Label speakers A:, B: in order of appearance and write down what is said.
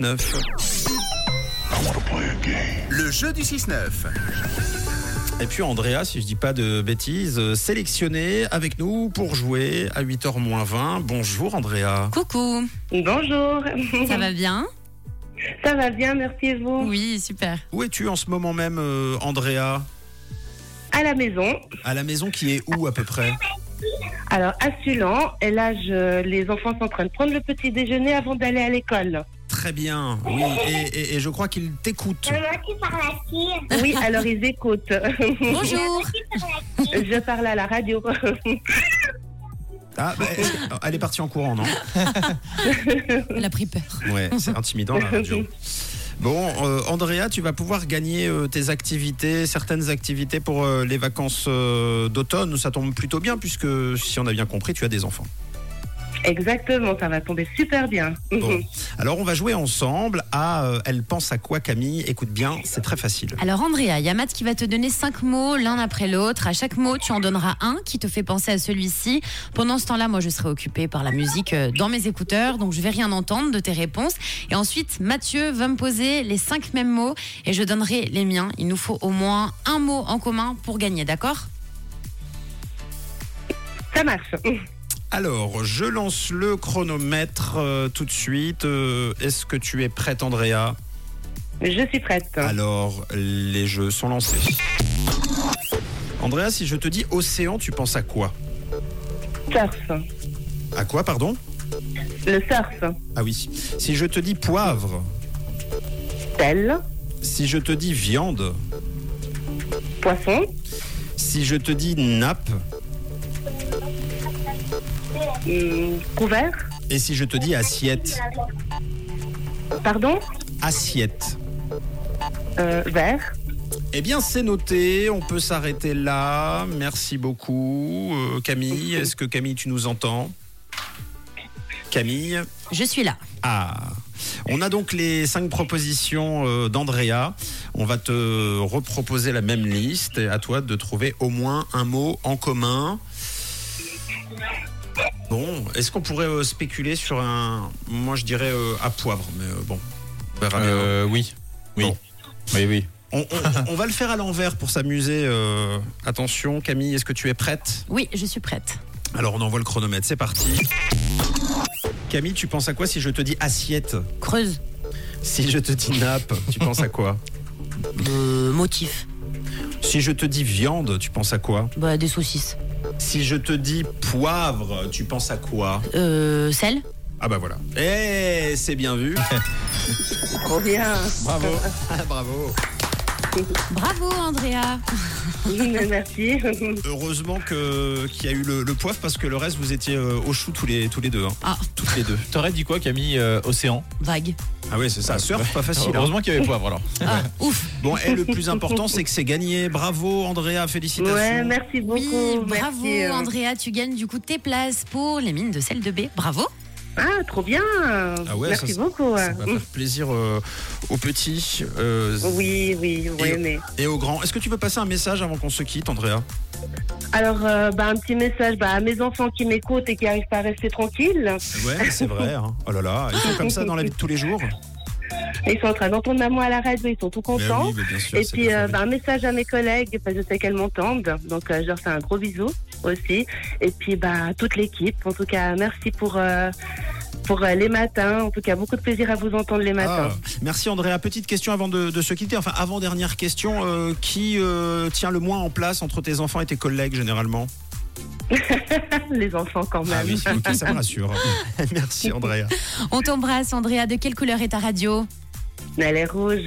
A: 9.
B: Le jeu du 6-9.
A: Et puis Andrea, si je dis pas de bêtises, euh, sélectionné avec nous pour jouer à 8h moins 20. Bonjour Andrea.
C: Coucou,
D: Bonjour.
C: ça va bien
D: Ça va bien, merci et vous.
C: Oui, super.
A: Où es-tu en ce moment même, euh, Andrea
D: À la maison.
A: À la maison qui est où à peu près
D: Alors, à Sulan, et là, je- les enfants sont en train de prendre le petit déjeuner avant d'aller à l'école.
A: Très bien, oui. Et, et- et je crois qu'il t'écoute.
D: Oui, alors ils écoutent.
C: Bonjour.
D: je parle à la radio.
A: Ah, bah, est-ce que- elle est partie en courant, non
C: Elle a pris peur.
A: Ouais, c'est intimidant la radio. Bon, euh, Andrea, tu vas pouvoir gagner euh, tes activités, certaines activités pour euh, les vacances euh, d'automne. Ça tombe plutôt bien puisque, si on a bien compris, tu as des enfants.
D: Exactement, ça va tomber super bien.
A: Bon. Alors, on va jouer ensemble à euh, Elle pense à quoi, Camille Écoute bien, c'est très facile.
C: Alors Andrea, il y a Matt qui va te donner cinq mots l'un après l'autre. À chaque mot, tu en donneras un qui te fait penser à celui-ci. Pendant ce temps-là, moi, je serai occupée par la musique euh, dans mes écouteurs, donc je vais rien entendre de tes réponses. Et ensuite, Mathieu va me poser les cinq mêmes mots et je donnerai les miens. Il nous faut au moins un mot en commun pour gagner, d'accord
D: Ça marche.
A: Alors, je lance le chronomètre euh, tout de suite. Euh, Est-ce que tu es prête, Andrea
D: Je suis prête.
A: Alors, les jeux sont lancés. Andrea, si je te dis océan, tu penses à quoi
D: Surf.
A: À quoi, pardon
D: Le surf.
A: Ah oui. Si je te dis poivre,
D: Tel.
A: si je te dis viande,
D: Poisson.
A: si je te dis nappe
D: hum, couvert.
A: et si je te dis assiette.
D: Pardon.
A: Assiette.
D: Euh, vert.
A: Eh bien, c'est noté. On peut s'arrêter là. Merci beaucoup, Euh, Camille. Est-ce que Camille, tu nous entends Camille
C: Je suis là.
A: Ah On a donc les cinq propositions euh, d'Andrea. On va te reproposer la même liste et à toi de trouver au moins un mot en commun. Bon, est-ce qu'on pourrait euh, spéculer sur un. Moi, je dirais euh, à poivre, mais euh, bon. on verra bien.
E: Euh, oui. Oui.
A: Bon.
E: Oui, oui.
A: On, on- on va le faire à l'envers pour s'amuser. euh, attention, Camille, est-ce que tu es prête
C: Oui, je suis prête.
A: Alors, on envoie le chronomètre, c'est parti. Camille, tu penses à quoi si je te dis assiette
C: Creuse.
A: Si je te dis nappe, tu penses à quoi
C: Euh, motif.
A: Si je te dis viande, tu penses à quoi
C: Bah, des saucisses.
A: Si je te dis poivre, tu penses à quoi
C: Euh, sel.
A: Ah bah voilà. Eh, c'est bien vu.
D: Trop bien.
A: Bravo. Bravo.
C: Bravo, Andrea.
D: Merci.
A: Heureusement que- qu'il y a eu le, le poivre parce que le reste, vous étiez euh, au chou tous les, tous les deux. hein.
C: Ah,
A: Toutes les deux.
E: T'aurais dit quoi, Camille euh, Océan
C: vague.
A: Ah oui, c'est ça. Surf, pas facile. hein.
E: Heureusement qu'il y avait poivre alors.
C: Ah, ouf.
A: Bon, et le plus important, c'est que c'est gagné. Bravo, Andrea, félicitations.
D: Ouais, merci beaucoup.
C: Oui, bravo,
D: merci, euh.
C: Andrea. Tu gagnes du coup tes places pour les mines de sel de B. Bravo.
D: Ah, trop bien.
A: Ah ouais,
D: merci
A: ça, c'est-
D: beaucoup.
A: Ça va faire plaisir euh, aux petits euh,
D: Oui, oui, oui,
A: Et-
D: mais.
A: et aux grands. Est-ce que tu veux passer un message avant qu'on se quitte, Andrea
D: Alors, euh, bah, un petit message bah, à mes enfants qui m'écoutent et qui n'arrivent pas à rester tranquilles.
A: Ouais, c'est vrai. hein. Oh là là, ils sont comme ça dans la vie de tous les jours.
D: Ils sont en train d'entendre maman à la radio, ils sont tout
A: Mais
D: contents.
A: oui, mais bien sûr,
D: et
A: c'est
D: puis,
A: bien
D: euh,
A: fait.
D: bah, un message à mes collègues, parce que je sais qu'elles m'entendent. Donc, euh, je leur fais un gros bisou aussi. Et puis, bah, à toute l'équipe. En tout cas, merci pour, euh, pour euh, les matins. En tout cas, beaucoup de plaisir à vous entendre les matins.
A: Ah, merci Andrea. Petite question avant de, de se quitter. Enfin, avant dernière question. euh, qui euh, tient le moins en place entre tes enfants et tes collègues généralement
D: les enfants, quand même.
A: Ah oui, ok, ça me rassure. merci Andrea.
C: On t'embrasse, Andrea. De quelle couleur est ta radio
D: Elle est rouge.